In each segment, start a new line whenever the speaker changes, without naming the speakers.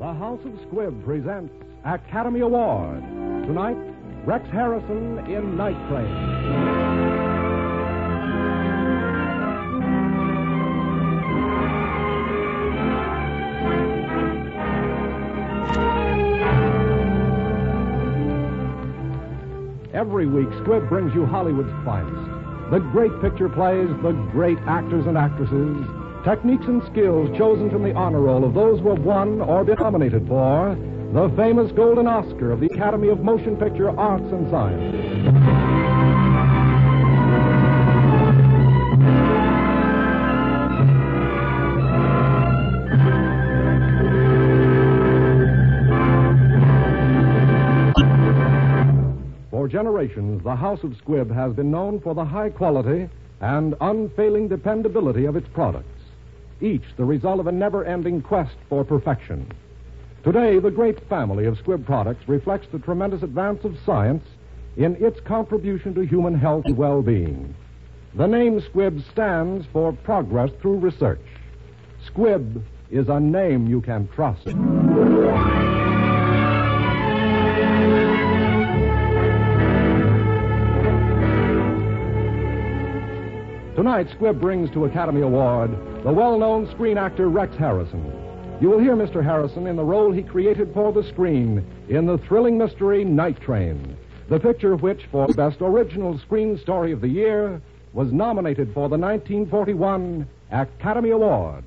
House of Squibb presents Academy Award. Tonight, Rex Harrison in Night Train. Every week, Squibb brings you Hollywood's finest. The great picture plays, the great actors and actresses, techniques and skills chosen from the honor roll of those who have won or been nominated for the famous Golden Oscar of the Academy of Motion Picture Arts and Sciences. For generations, the House of Squibb has been known for the high quality and unfailing dependability of its products, each the result of a never ending quest for perfection. Today, the great family of Squibb products reflects the tremendous advance of science in its contribution to human health and well being. The name Squibb stands for Progress Through Research. Squibb is a name you can trust. Tonight, Squibb brings to Academy Award the well known screen actor Rex Harrison. You will hear Mr. Harrison in the role he created for the screen in the thrilling mystery Night Train, the picture which, for Best Original Screen Story of the Year, was nominated for the 1941 Academy Award.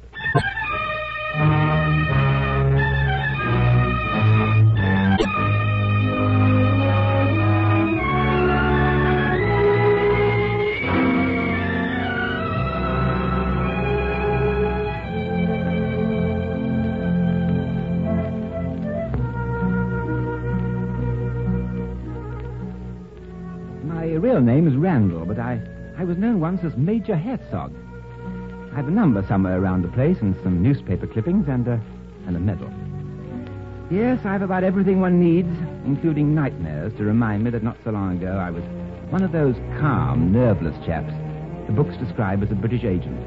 My real name is Randall, but I, I was known once as Major Herzog. I've a number somewhere around the place and some newspaper clippings and a, and a medal. Yes, I've about everything one needs, including nightmares, to remind me that not so long ago I was one of those calm, nerveless chaps the books describe as a British agent.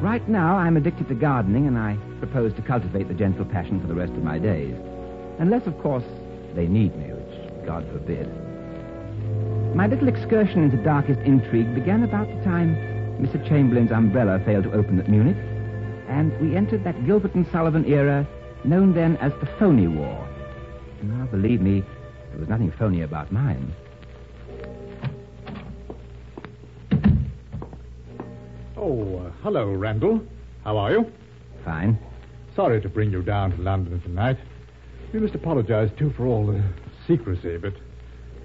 Right now, I'm addicted to gardening, and I propose to cultivate the gentle passion for the rest of my days. Unless, of course, they need me, which God forbid. My little excursion into darkest intrigue began about the time Mr. Chamberlain's umbrella failed to open at Munich, and we entered that Gilbert and Sullivan era known then as the Phony War. Now, believe me, there was nothing phony about mine.
Oh, uh, hello, Randall. How are you?
Fine.
Sorry to bring you down to London tonight. We must apologize, too, for all the secrecy, but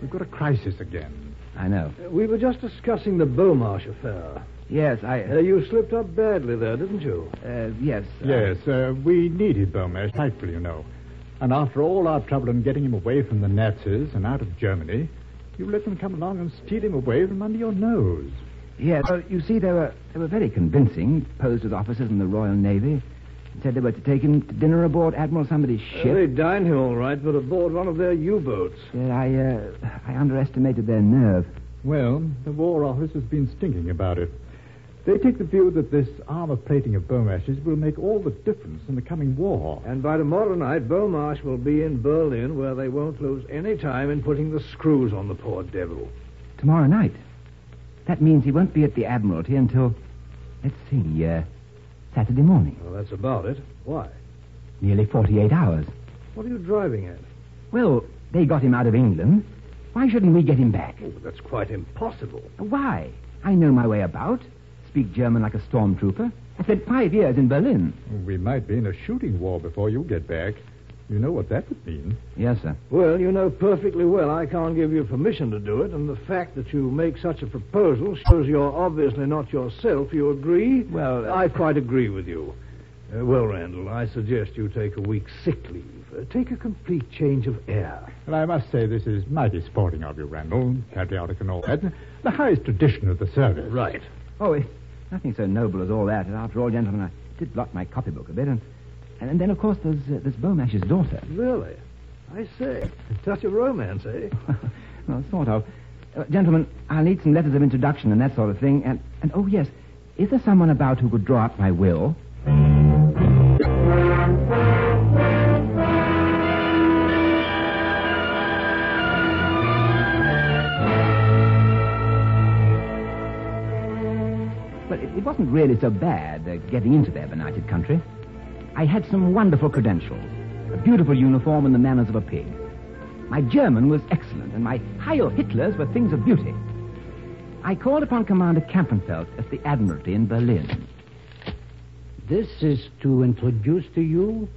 we've got a crisis again.
I know.
We were just discussing the Beaumarsh affair.
Yes, I.
Uh, you slipped up badly there, didn't you?
uh, yes. I-
Yes, uh, we needed Beaumarsh, rightfully, you know. And after all our trouble in getting him away from the Nazis and out of Germany, you let them come along and steal him away from under your nose.
Yes. Well, you see, they were they were very convincing. Posed as officers in the Royal Navy, said they were to take him to dinner aboard Admiral somebody's
Uh,
ship.
they dined him all right, but aboard one of their U-boats.
Yet I uh, I underestimated their nerve.
Well, the War Office has been stinking about it. They take the view that this armor plating of Beaumarch's will make all the difference in the coming war.
And by tomorrow night, Beaumarsh will be in Berlin, where they won't lose any time in putting the screws on the poor devil.
Tomorrow night. That means he won't be at the Admiralty until, let's see, uh, Saturday morning.
Well, that's about it. Why?
Nearly 48 hours.
What are you driving at?
Well, they got him out of England. Why shouldn't we get him back?
Oh, but that's quite impossible.
Why? I know my way about. Speak German like a stormtrooper. I spent five years in Berlin.
We might be in a shooting war before you get back. You know what that would mean.
Yes, sir.
Well, you know perfectly well I can't give you permission to do it, and the fact that you make such a proposal shows you're obviously not yourself. You agree?
Well, uh,
I quite agree with you. Uh, well, Randall, I suggest you take a week's sick leave. Uh, take a complete change of air.
And I must say, this is mighty sporting of you, Randall, patriotic and all that. The highest tradition of the service.
Right.
Oh, it's nothing so noble as all that. And after all, gentlemen, I did block my copybook a bit. And, and then, of course, there's, uh, there's Beaumarch's daughter.
Really? I say. Such a romance, eh?
well, sort of. Uh, gentlemen, I'll need some letters of introduction and that sort of thing. And, and oh, yes, is there someone about who could draw up my will? Well, it, it wasn't really so bad uh, getting into their benighted country. I had some wonderful credentials, a beautiful uniform, and the manners of a pig. My German was excellent, and my Heil Hitlers were things of beauty. I called upon Commander Kampenfeld at the Admiralty in Berlin.
This is to introduce to you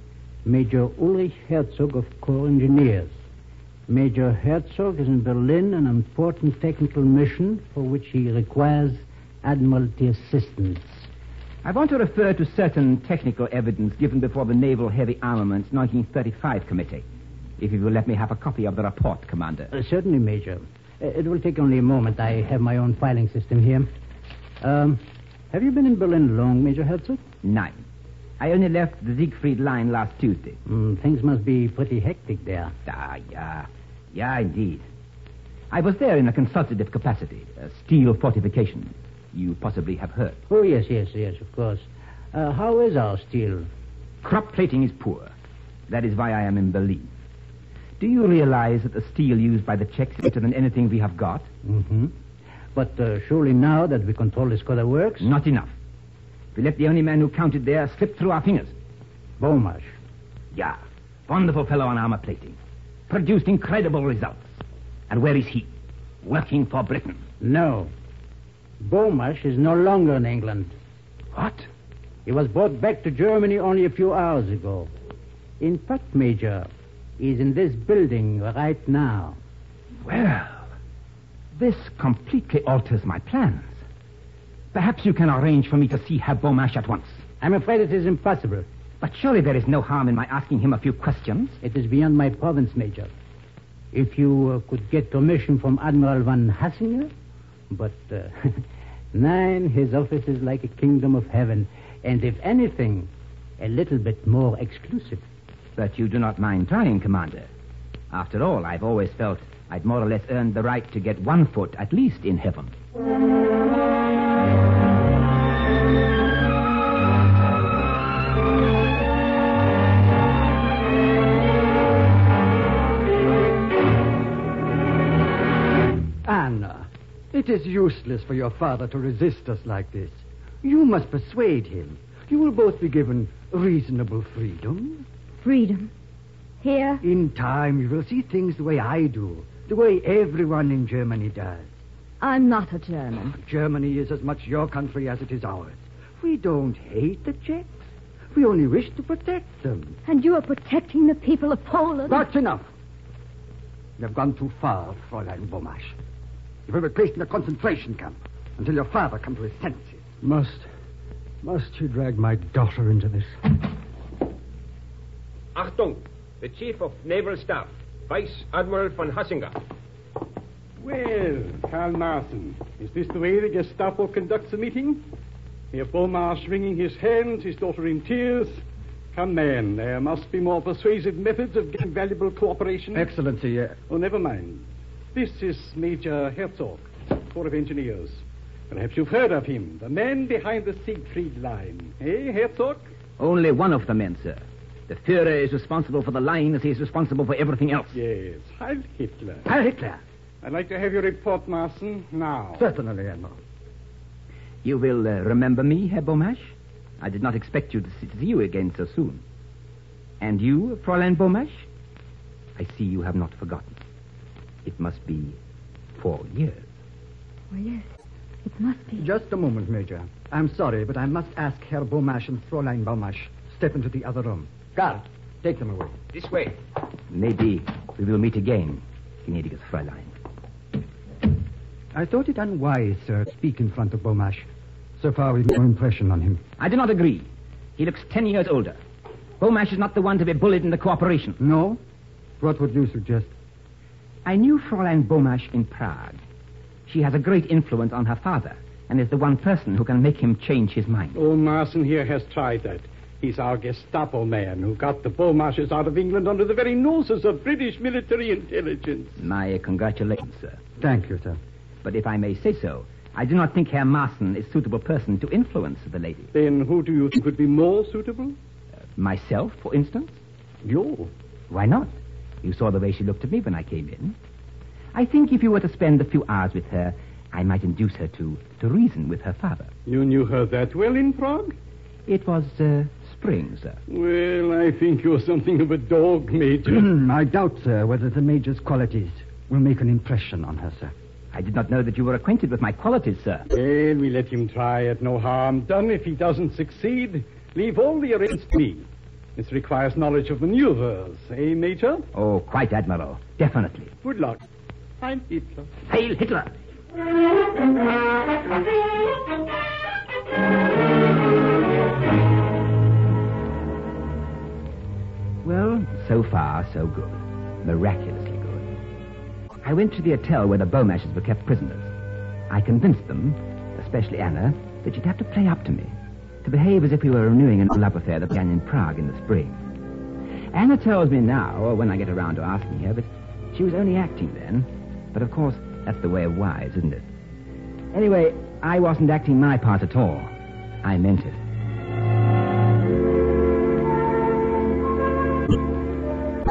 Major Ulrich Herzog of Corps Engineers. Major Herzog is in Berlin on an important technical mission for which he requires Admiralty assistance.
I want to refer to certain technical evidence given before the Naval Heavy Armaments 1935 Committee. If you will let me have a copy of the report, Commander.
Uh, certainly, Major. Uh, it will take only a moment. I have my own filing system here. Um, have you been in Berlin long, Major Herzog?
Nine. I only left the Siegfried Line last Tuesday.
Mm, things must be pretty hectic there.
Ah, yeah. Yeah, indeed. I was there in a consultative capacity, a steel fortification. You possibly have heard.
Oh, yes, yes, yes, of course. Uh, how is our steel?
Crop plating is poor. That is why I am in Berlin. Do you realize that the steel used by the Czechs is better than anything we have got?
Mm-hmm. But uh, surely now that we control this Skoda works,
Not enough. We let the only man who counted there slip through our fingers.
Beaumarch.
Yeah. Wonderful fellow on armor plating. Produced incredible results. And where is he? Working for Britain.
No. Beaumarch is no longer in England.
What?
He was brought back to Germany only a few hours ago. In fact, Major, he's in this building right now.
Well, this completely alters my plans. Perhaps you can arrange for me to see Herr Beaumarch at once.
I'm afraid it is impossible.
But surely there is no harm in my asking him a few questions.
It is beyond my province, Major. If you uh, could get permission from Admiral von Hassinger, but uh, nine, his office is like a kingdom of heaven, and if anything, a little bit more exclusive.
But you do not mind trying, Commander. After all, I've always felt I'd more or less earned the right to get one foot at least in heaven.
Anna, it is useless for your father to resist us like this. You must persuade him. You will both be given reasonable freedom.
Freedom. Here?
In time, you will see things the way I do, the way everyone in Germany does.
I'm not a German.
Germany is as much your country as it is ours. We don't hate the Czechs. We only wish to protect them.
And you are protecting the people of Poland.
That's enough. You have gone too far, Fräulein Beaumarch. You will be placed in a concentration camp until your father comes to his senses.
Must. Must you drag my daughter into this?
Achtung! The Chief of Naval Staff, Vice Admiral von Hassinger.
Well, Karl Martin, is this the way the Gestapo conducts a meeting? Herr Beaumarch wringing his hands, his daughter in tears. Come, man, there must be more persuasive methods of getting valuable cooperation.
Excellency, uh,
Oh, never mind. This is Major uh, Herzog, Corps of Engineers. Perhaps you've heard of him, the man behind the Siegfried line. Eh, Herzog?
Only one of the men, sir. The Führer is responsible for the line as he is responsible for everything else.
Yes, Heil Hitler.
Herr Hitler.
I'd like to have your report, Marson, now.
Certainly, Admiral.
You will uh, remember me, Herr Beaumarch? I did not expect you to see see you again so soon. And you, Fräulein Beaumarch? I see you have not forgotten. It must be four years.
Well, yes. It must be.
Just a moment, Major. I'm sorry, but I must ask Herr Beaumarch and Fräulein Beaumarch step into the other room. Guard, take them away.
This way.
Maybe we will meet again, gnädiges Fräulein.
I thought it unwise, sir, to speak in front of Beaumarch. So far, we've no impression on him.
I do not agree. He looks ten years older. Beaumarch is not the one to be bullied in the cooperation.
No? What would you suggest?
I knew Fräulein Beaumarch in Prague. She has a great influence on her father and is the one person who can make him change his mind.
Oh, Marson here has tried that. He's our Gestapo man who got the Beaumarchers out of England under the very noses of British military intelligence.
My congratulations, sir.
Thank you, sir.
But if I may say so, I do not think Herr Marson is suitable person to influence the lady.
Then who do you think would be more suitable?
Myself, for instance?
You.
Why not? You saw the way she looked at me when I came in. I think if you were to spend a few hours with her, I might induce her to, to reason with her father.
You knew her that well in Prague?
It was uh, spring, sir.
Well, I think you're something of a dog, Major.
I doubt, sir, whether the Major's qualities will make an impression on her, sir.
I did not know that you were acquainted with my qualities, sir.
well, we let him try it. No harm done. If he doesn't succeed, leave all the arrangements to me. This requires knowledge of maneuvers, eh, Major?
Oh, quite, Admiral. Definitely.
Good luck. I'm Hitler.
Hail Hitler! Well, so far, so good. Miraculously good. I went to the hotel where the Beaumarchers were kept prisoners. I convinced them, especially Anna, that she'd have to play up to me, to behave as if we were renewing an old love affair that began in Prague in the spring. Anna tells me now, or when I get around to asking her, that she was only acting then. But of course, that's the way of wise, isn't it? Anyway, I wasn't acting my part at all. I meant it.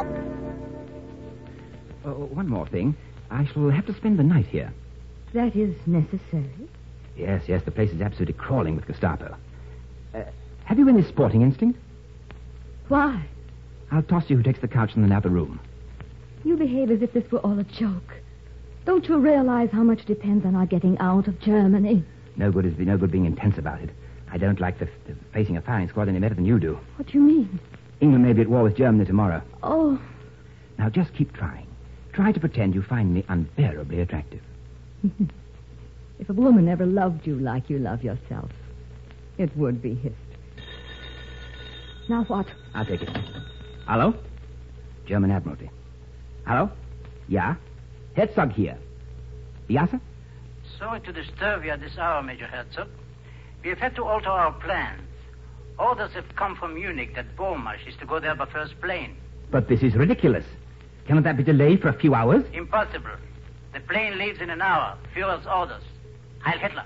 Oh, one more thing. I shall have to spend the night here.
That is necessary.
Yes, yes, the place is absolutely crawling with Gestapo. Uh, have you any sporting instinct?
Why?
I'll toss you who takes the couch in the other room.
You behave as if this were all a joke. Don't you realize how much depends on our getting out of Germany?
No good is no good being intense about it. I don't like the, the facing a firing squad any better than you do.
What do you mean?
England may be at war with Germany tomorrow.
Oh,
Now just keep trying. Try to pretend you find me unbearably attractive.
if a woman ever loved you like you love yourself, it would be his. Now what?
I'll take it. Hello? German Admiralty. Hello? Yeah? Herzog here. Yeah, sir?
Sorry to disturb you at this hour, Major Herzog. We have had to alter our plans. Orders have come from Munich that Bormasch is to go there by first plane.
But this is ridiculous. Cannot that be delayed for a few hours?
Impossible. The plane leaves in an hour. Führer's orders. Heil Hitler.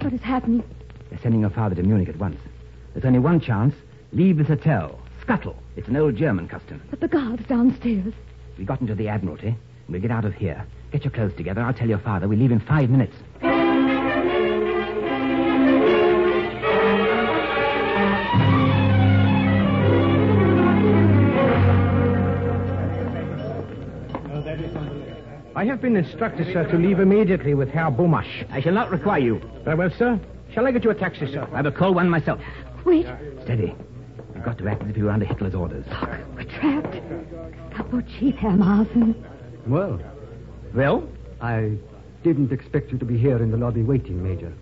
What is happening?
They're sending your father to Munich at once. There's only one chance. Leave this hotel. Scuttle. It's an old German custom.
But the guard's downstairs.
We got into the Admiralty, and we get out of here. Get your clothes together. I'll tell your father. We leave in five minutes.
I have been instructed, sir, to leave immediately with Herr Beaumarch.
I shall not require you.
Very well, sir. Shall I get you a taxi, sir?
I will call one myself.
Wait,
Steady. You've got to act as if you were under Hitler's orders.
we're trapped. Capo Chief Herr Marsen.
Well,
Well?
I didn't expect you to be here in the lobby waiting, Major.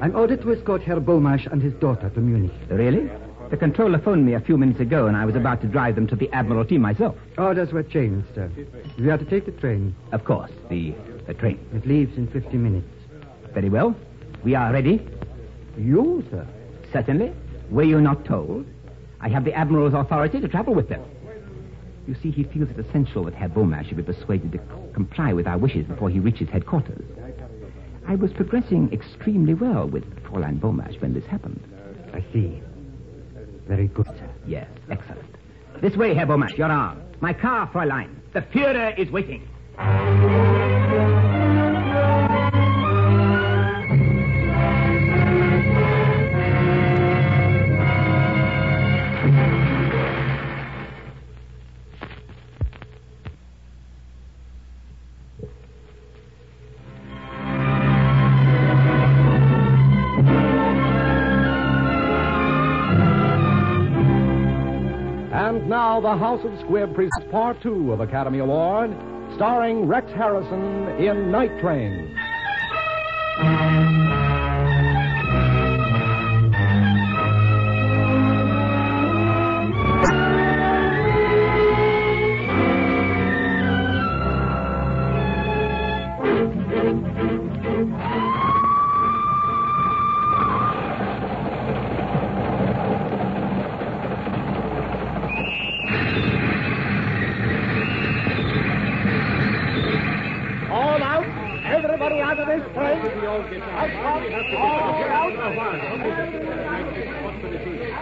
I'm ordered to escort Herr Beaumarch and his daughter to Munich.
Really? The controller phoned me a few minutes ago, and I was about to drive them to the Admiralty myself.
Orders were changed, sir. We are to take the train.
Of course, the, the train.
It leaves in 50 minutes.
Very well. We are ready.
You, sir?
Certainly. Were you not told? I have the Admiral's authority to travel with them. You see, he feels it essential that Herr Beaumarch should be persuaded to c- comply with our wishes before he reaches headquarters. I was progressing extremely well with Fräulein Beaumarch when this happened.
I see. Very good, sir.
Yes, excellent. This way, Herr Beaumarch, your arm. My car, Fräulein. The Führer is waiting.
And now the House of Squib presents Part Two of Academy Award, starring Rex Harrison in Night Train. All out, everybody out.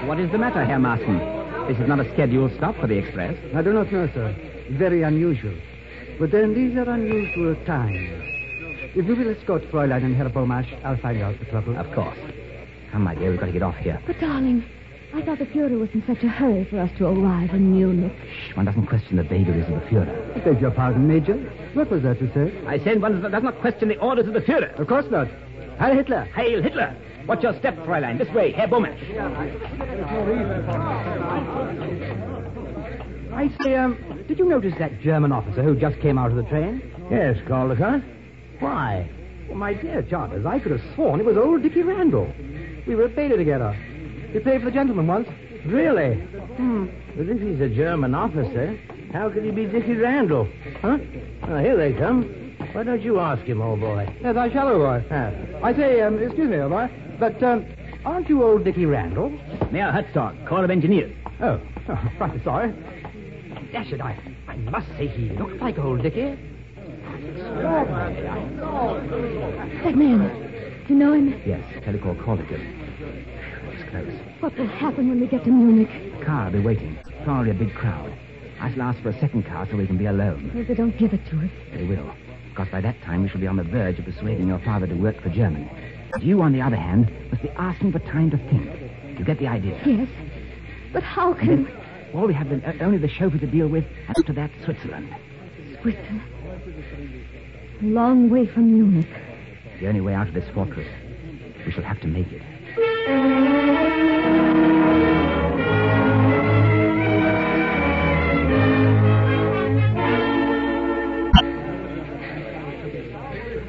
What is the matter, Herr Marston? This is not a scheduled stop for the express.
I do not know, sir. Very unusual. But then these are unusual times. If you will escort Fräulein and Herr Beaumarch, I'll find out the trouble.
Of course. Come, my dear, we've got to get off here.
But, darling, I thought the Fuhrer was in such a hurry for us to arrive in Munich.
Shh, one doesn't question the vagaries of the Fuhrer.
I beg your pardon, Major. What was that you said?
I said one does not question the orders of the Fuhrer.
Of course not. Heil Hitler.
Hail Hitler! Watch your step, Fräulein. This way, Herr Beaumarch.
I say, um, did you notice that German officer who just came out of the train?
Yes, Caldecott.
Why? Well, my dear Jarvis, I could have sworn it was old Dickie Randall. We were at Beta together. He played for the gentleman once.
Really? Hmm. But if he's a German officer, how could he be Dickie Randall? Huh? Oh, here they come. Why don't you ask him, old boy? Ah.
Yes, I shall, Roy. I say, um, excuse me, Roy, but um, aren't you old Dickie Randall?
Mayor Herzog, Corps of Engineers.
Oh, oh right, sorry. Dash it, I, I must say he looks like old Dickie.
That man, do you know him?
Yes, Telecor called it. It's close.
What will happen when we get to Munich?
Car will be waiting. Probably a big crowd. I shall ask for a second car so we can be alone.
If they don't give it to us.
They will. Because by that time we shall be on the verge of persuading your father to work for Germany. You, on the other hand, must be asking for time to think. You get the idea?
Yes. But how can
Then all we have is uh, only the chauffeur to deal with, and after that, Switzerland.
Switzerland? A long way from Munich.
The only way out of this fortress. We shall have to make it.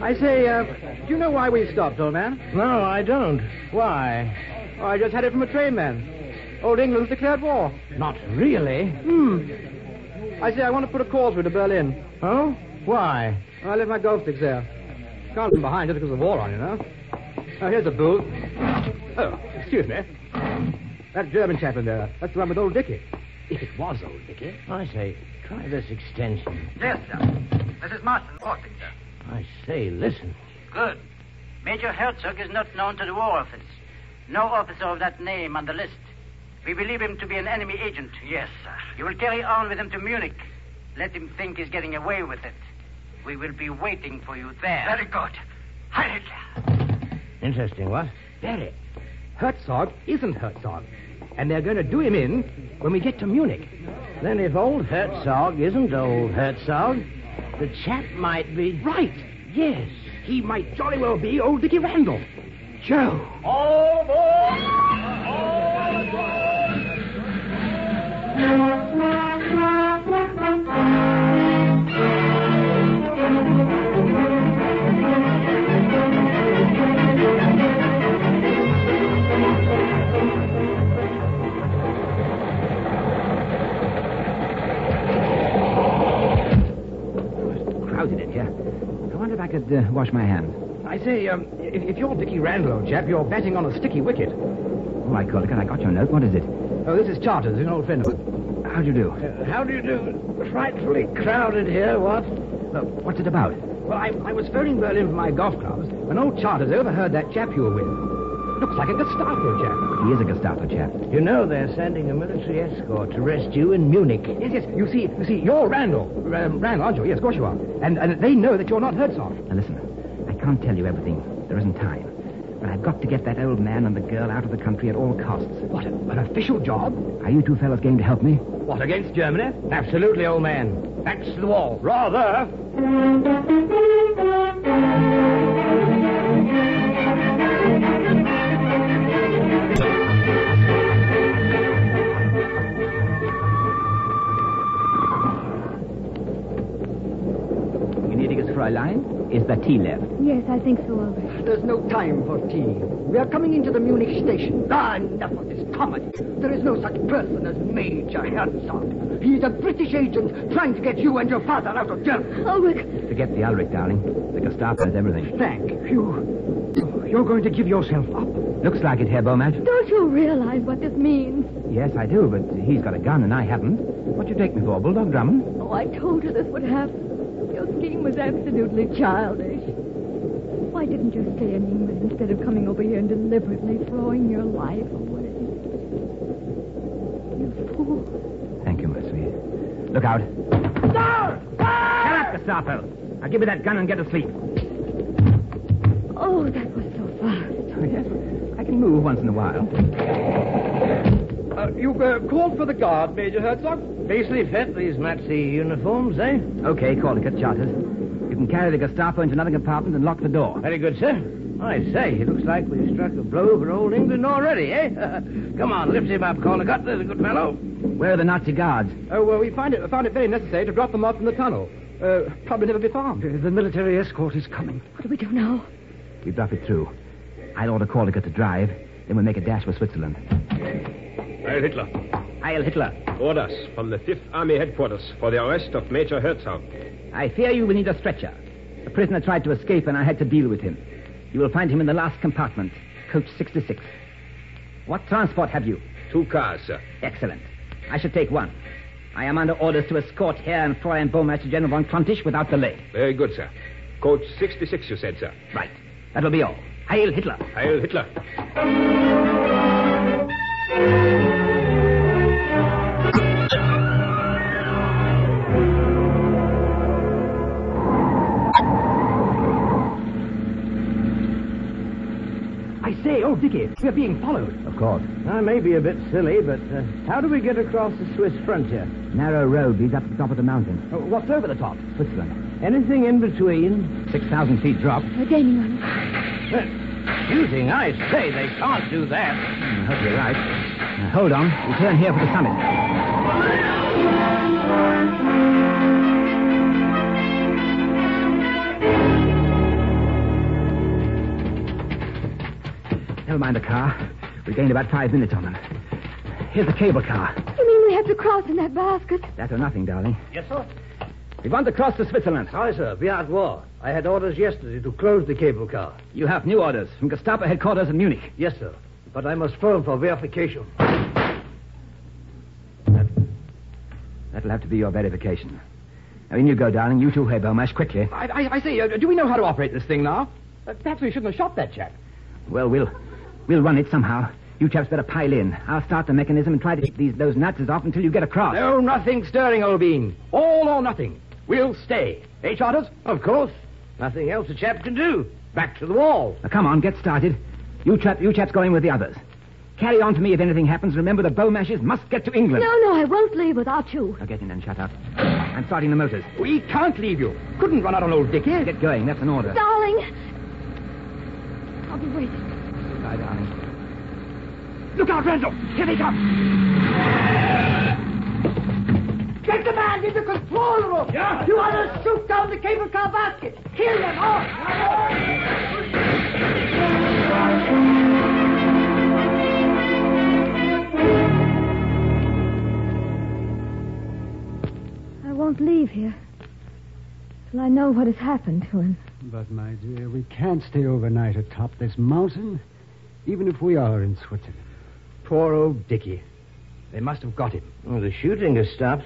I say, uh, do you know why we stopped, old man?
No, I don't. Why?
Oh, I just had it from a train man. Old England's declared war.
Not really.
Hmm. I say, I want to put a call through to Berlin.
Oh? Why?
I left my golf sticks there. Can't leave them behind just because of the war on, you know. Oh, here's a bull. Oh, excuse me. That German chap in there. That's the one with old Dickie. If it was old Dickie.
I say, try this extension.
Yes, sir. This is Marston, Porting, sir.
I say, listen.
Good. Major Herzog is not known to the War Office. No officer of that name on the list. We believe him to be an enemy agent. Yes, sir. You will carry on with him to Munich. Let him think he's getting away with it. We will be waiting for you there. Very good. Heil
Interesting, what?
Very. Herzog isn't Herzog. And they're going to do him in when we get to Munich.
Then if old Herzog isn't old Herzog, the chap might be.
Right. Yes. He might jolly well be old Dickie Randall. Joe.
Crowded in here. I wonder if I could uh, wash my hands.
I say, um, if, if you're Dickie Randall, old chap, you're batting on a sticky wicket.
All right, Corlican, I got your note. What is it?
Oh, this is Charters, an old friend of mine.
How do you do?
Uh, how do you do? Frightfully crowded here, what?
Uh, what's it about?
Well, I, I was phoning Berlin for my golf clubs, and old Charters overheard that chap you were with. Looks like a Gestapo chap.
He is a Gestapo chap.
You know they're sending a military escort to arrest you in Munich.
Yes, yes, you see, you see, you're Randall. Um, Randall, aren't you? Yes, of course you are. And, and they know that you're not Herzog.
Now, listen, I can't tell you everything. There isn't time. But I've got to get that old man and the girl out of the country at all costs.
What, a, an official job?
Are you two fellas going to help me?
What, against Germany?
Absolutely, old man. Back to the wall.
Rather.
Gnädiges Fräulein, is the tea left?
Yes, I think so, Albert.
There's no time for tea. We are coming into the Munich station. Ah, enough of this comedy. There is no such person as Major Herzog. He's a British agent trying to get you and your father out of Germany.
Oh,
Ulrich,
Forget the Ulrich, darling. The Gestapo has everything.
Thank you. You're going to give yourself up.
Looks like it, Herr Beaumont.
don't you realize what this means?
Yes, I do, but he's got a gun and I haven't. What do you take me for, Bulldog Drummond?
Oh, I told her this would happen. Your scheme was absolutely childish. Why didn't you stay in England instead of coming over here and deliberately throwing your life away? You fool.
Thank you, my sweet. Look out. Shut up, Gestapo. Now give me that gun and get to sleep.
Oh, that was so fast.
Oh, yes. I can move once in a while.
Uh, you uh, called for the guard, Major Herzog?
Beastly fit, these maxi uniforms, eh? Okay, call it. Get charters. You can carry the Gestapo into another compartment and lock the door.
Very good, sir. I say, it looks like we've struck a blow for old England already, eh? Come on, lift him up, Cornicut. There's a good fellow.
Where are the Nazi guards?
Oh, well, we find it, found it very necessary to drop them off in the tunnel. Uh, probably never be found.
The military escort is coming.
What do we do now?
We bluff it through. I'll order Caldicott to drive, then we'll make a dash for Switzerland.
Heil Hitler.
Heil Hitler.
Orders from the Fifth Army headquarters for the arrest of Major Herzog.
I fear you will need a stretcher. The prisoner tried to escape, and I had to deal with him. You will find him in the last compartment, coach 66. What transport have you?
Two cars, sir.
Excellent. I should take one. I am under orders to escort Herr and Fräulein Bowmaster General von Klontisch without delay.
Very good, sir. Coach 66, you said, sir.
Right. That'll be all. Heil Hitler.
Heil Hitler.
I say, old Dickie, we're being followed. Of course.
I may be a bit silly, but uh, how do we get across the Swiss frontier?
Narrow road leads up to the top of the mountain.
Uh, What's over the top?
Switzerland.
Anything in between?
6,000 feet drop.
We're gaining on him.
Uh, using, I say, they can't do that.
I hope you're right. Now, hold on. We turn here for the summit. Never mind the car. We gained about five minutes on them. Here's the cable car.
You mean we have to cross in that basket?
That or nothing, darling.
Yes, sir.
We want to cross to Switzerland.
Aye, sir. We are at war. I had orders yesterday to close the cable car.
You have new orders from Gestapo headquarters in Munich.
Yes, sir. But I must phone for verification.
That'll have to be your verification. Now, in you go, darling. You too, Herr Beaumarsh, quickly.
I, I, I say, uh, do we know how to operate this thing now? Uh, perhaps we shouldn't have shot that chap.
Well, we'll we'll run it somehow. You chaps better pile in. I'll start the mechanism and try to keep these those Nazis off until you get across.
No, nothing stirring, old bean. All or nothing. We'll stay. Eh, Charters?
Of course. Nothing else a chap can do. Back to the wall.
Now, come on, get started. You chap, you chaps go in with the others. Carry on to me if anything happens. Remember, the Beaumashes must get to England.
No, no, I won't leave without you.
Now get in and shut up. I'm starting the motors.
We can't leave you. Couldn't run out on old Dickie.
Get going. That's an order.
Darling. I'll be waiting.
Goodbye, darling. Look out, Randall! Here they come!
Get the man in the control room! Yeah? You want to shoot down the cable car basket! Kill them all!
I won't leave here till I know what has happened to him.
But, my dear, we can't stay overnight atop this mountain, even if we are in Switzerland.
Poor old Dickie. They must have got him.
Well, the shooting has stopped.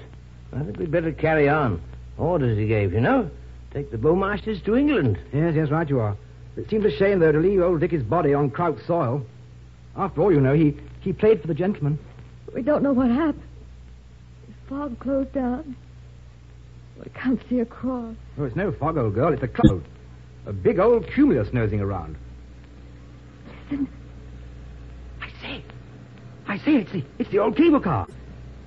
I think we'd better carry on. Orders he gave, you know. Take the bowmasters to England.
Yes, yes, right you are. It seems a shame, though, to leave old Dickie's body on Kraut soil. After all, you know, he, he played for the gentleman.
We don't know what happened. The fog closed down. I can't see across.
Oh, it's no fog, old girl. It's a cloud. A big old cumulus nosing around.
Listen.
I say. I say, it's the, it's the old cable car.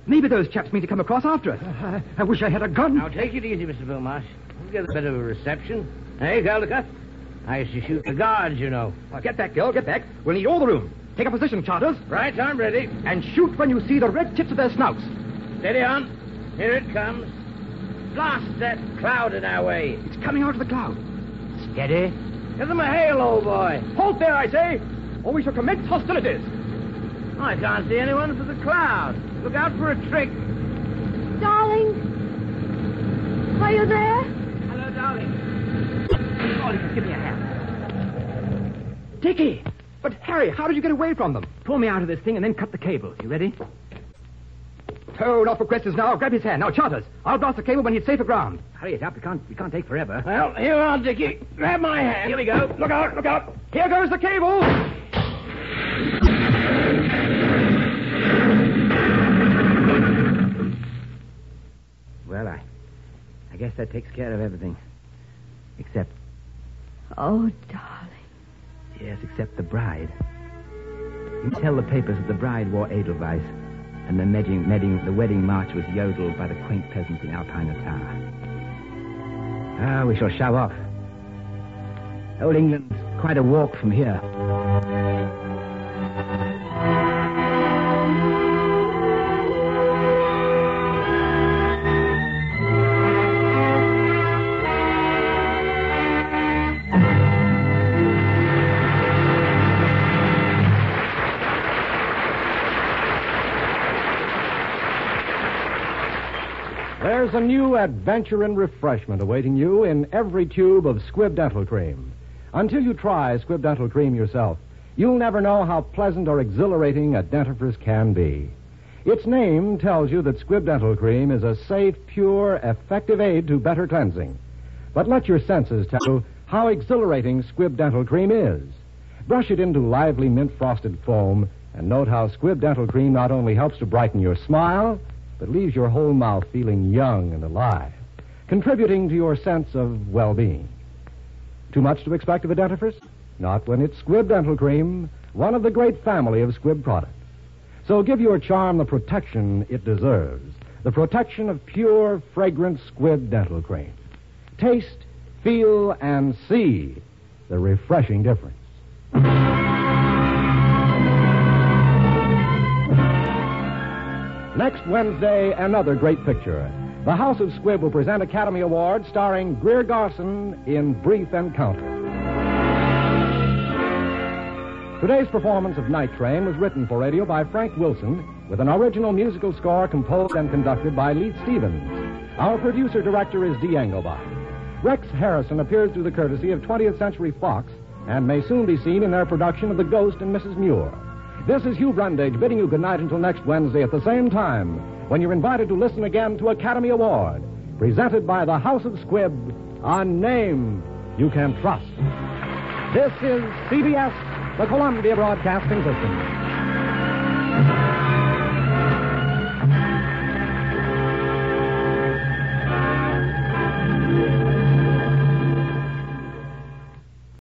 Maybe those chaps mean to come across after us. I wish I had a gun.
Now, take it easy, Mr. Beaumarsh. We'll get a bit of a reception. Hey, Galdica? I used to shoot the guards, you know.
Get back, girl, get back. We'll need all the room. Take a position, Charters.
Right, I'm ready.
And shoot when you see the red tips of their snouts.
Steady on. Here it comes. Blast that cloud in our way.
It's coming out of the cloud.
Steady. Give them a hail, old boy.
Halt there, I say, or we shall commence hostilities.
I can't see anyone for the cloud. Look out for a trick.
Darling. Are you there?
Hello, darling.
Oh,
Oliver, give me a hand.
Dickie! But, Harry, how did you get away from them?
Pull me out of this thing and then cut the cable. You ready?
Oh, not for questions now. Grab his hand. Now, Charters, I'll blast the cable when he's safe aground. Hurry it up. We can't, we can't take forever.
Well, here you are, Dickie. Grab my hand.
Here we go.
Look out, look out.
Here goes the cable.
Well, I, I guess that takes care of everything. Except,
Oh, darling.
yes, except the bride. You tell the papers that the bride wore Edelweiss, and the, medding, medding, the wedding march was yodeled by the quaint peasants in Alpine Tower. Ah, we shall shove off. Old England's quite a walk from here.
There's a new adventure and refreshment awaiting you in every tube of Squib Dental Cream. Until you try Squib Dental Cream yourself, you'll never know how pleasant or exhilarating a dentifrice can be. Its name tells you that Squib Dental Cream is a safe, pure, effective aid to better cleansing. But let your senses tell you how exhilarating Squib Dental Cream is. Brush it into lively mint frosted foam and note how Squib Dental Cream not only helps to brighten your smile, but leaves your whole mouth feeling young and alive, contributing to your sense of well being. Too much to expect of a dentifrice? Not when it's Squib Dental Cream, one of the great family of Squib products. So give your charm the protection it deserves the protection of pure, fragrant Squib Dental Cream. Taste, feel, and see the refreshing difference. Next Wednesday, another great picture. The House of Squib will present Academy Award starring Greer Garson in Brief Encounter. Today's performance of Night Train was written for radio by Frank Wilson with an original musical score composed and conducted by Leith Stevens. Our producer director is Dee Engelbach. Rex Harrison appears through the courtesy of 20th Century Fox and may soon be seen in their production of The Ghost and Mrs. Muir. This is Hugh Brundage bidding you good night until next Wednesday at the same time when you're invited to listen again to Academy Award, presented by the House of Squib, a name you can trust. This is CBS, the Columbia Broadcasting System.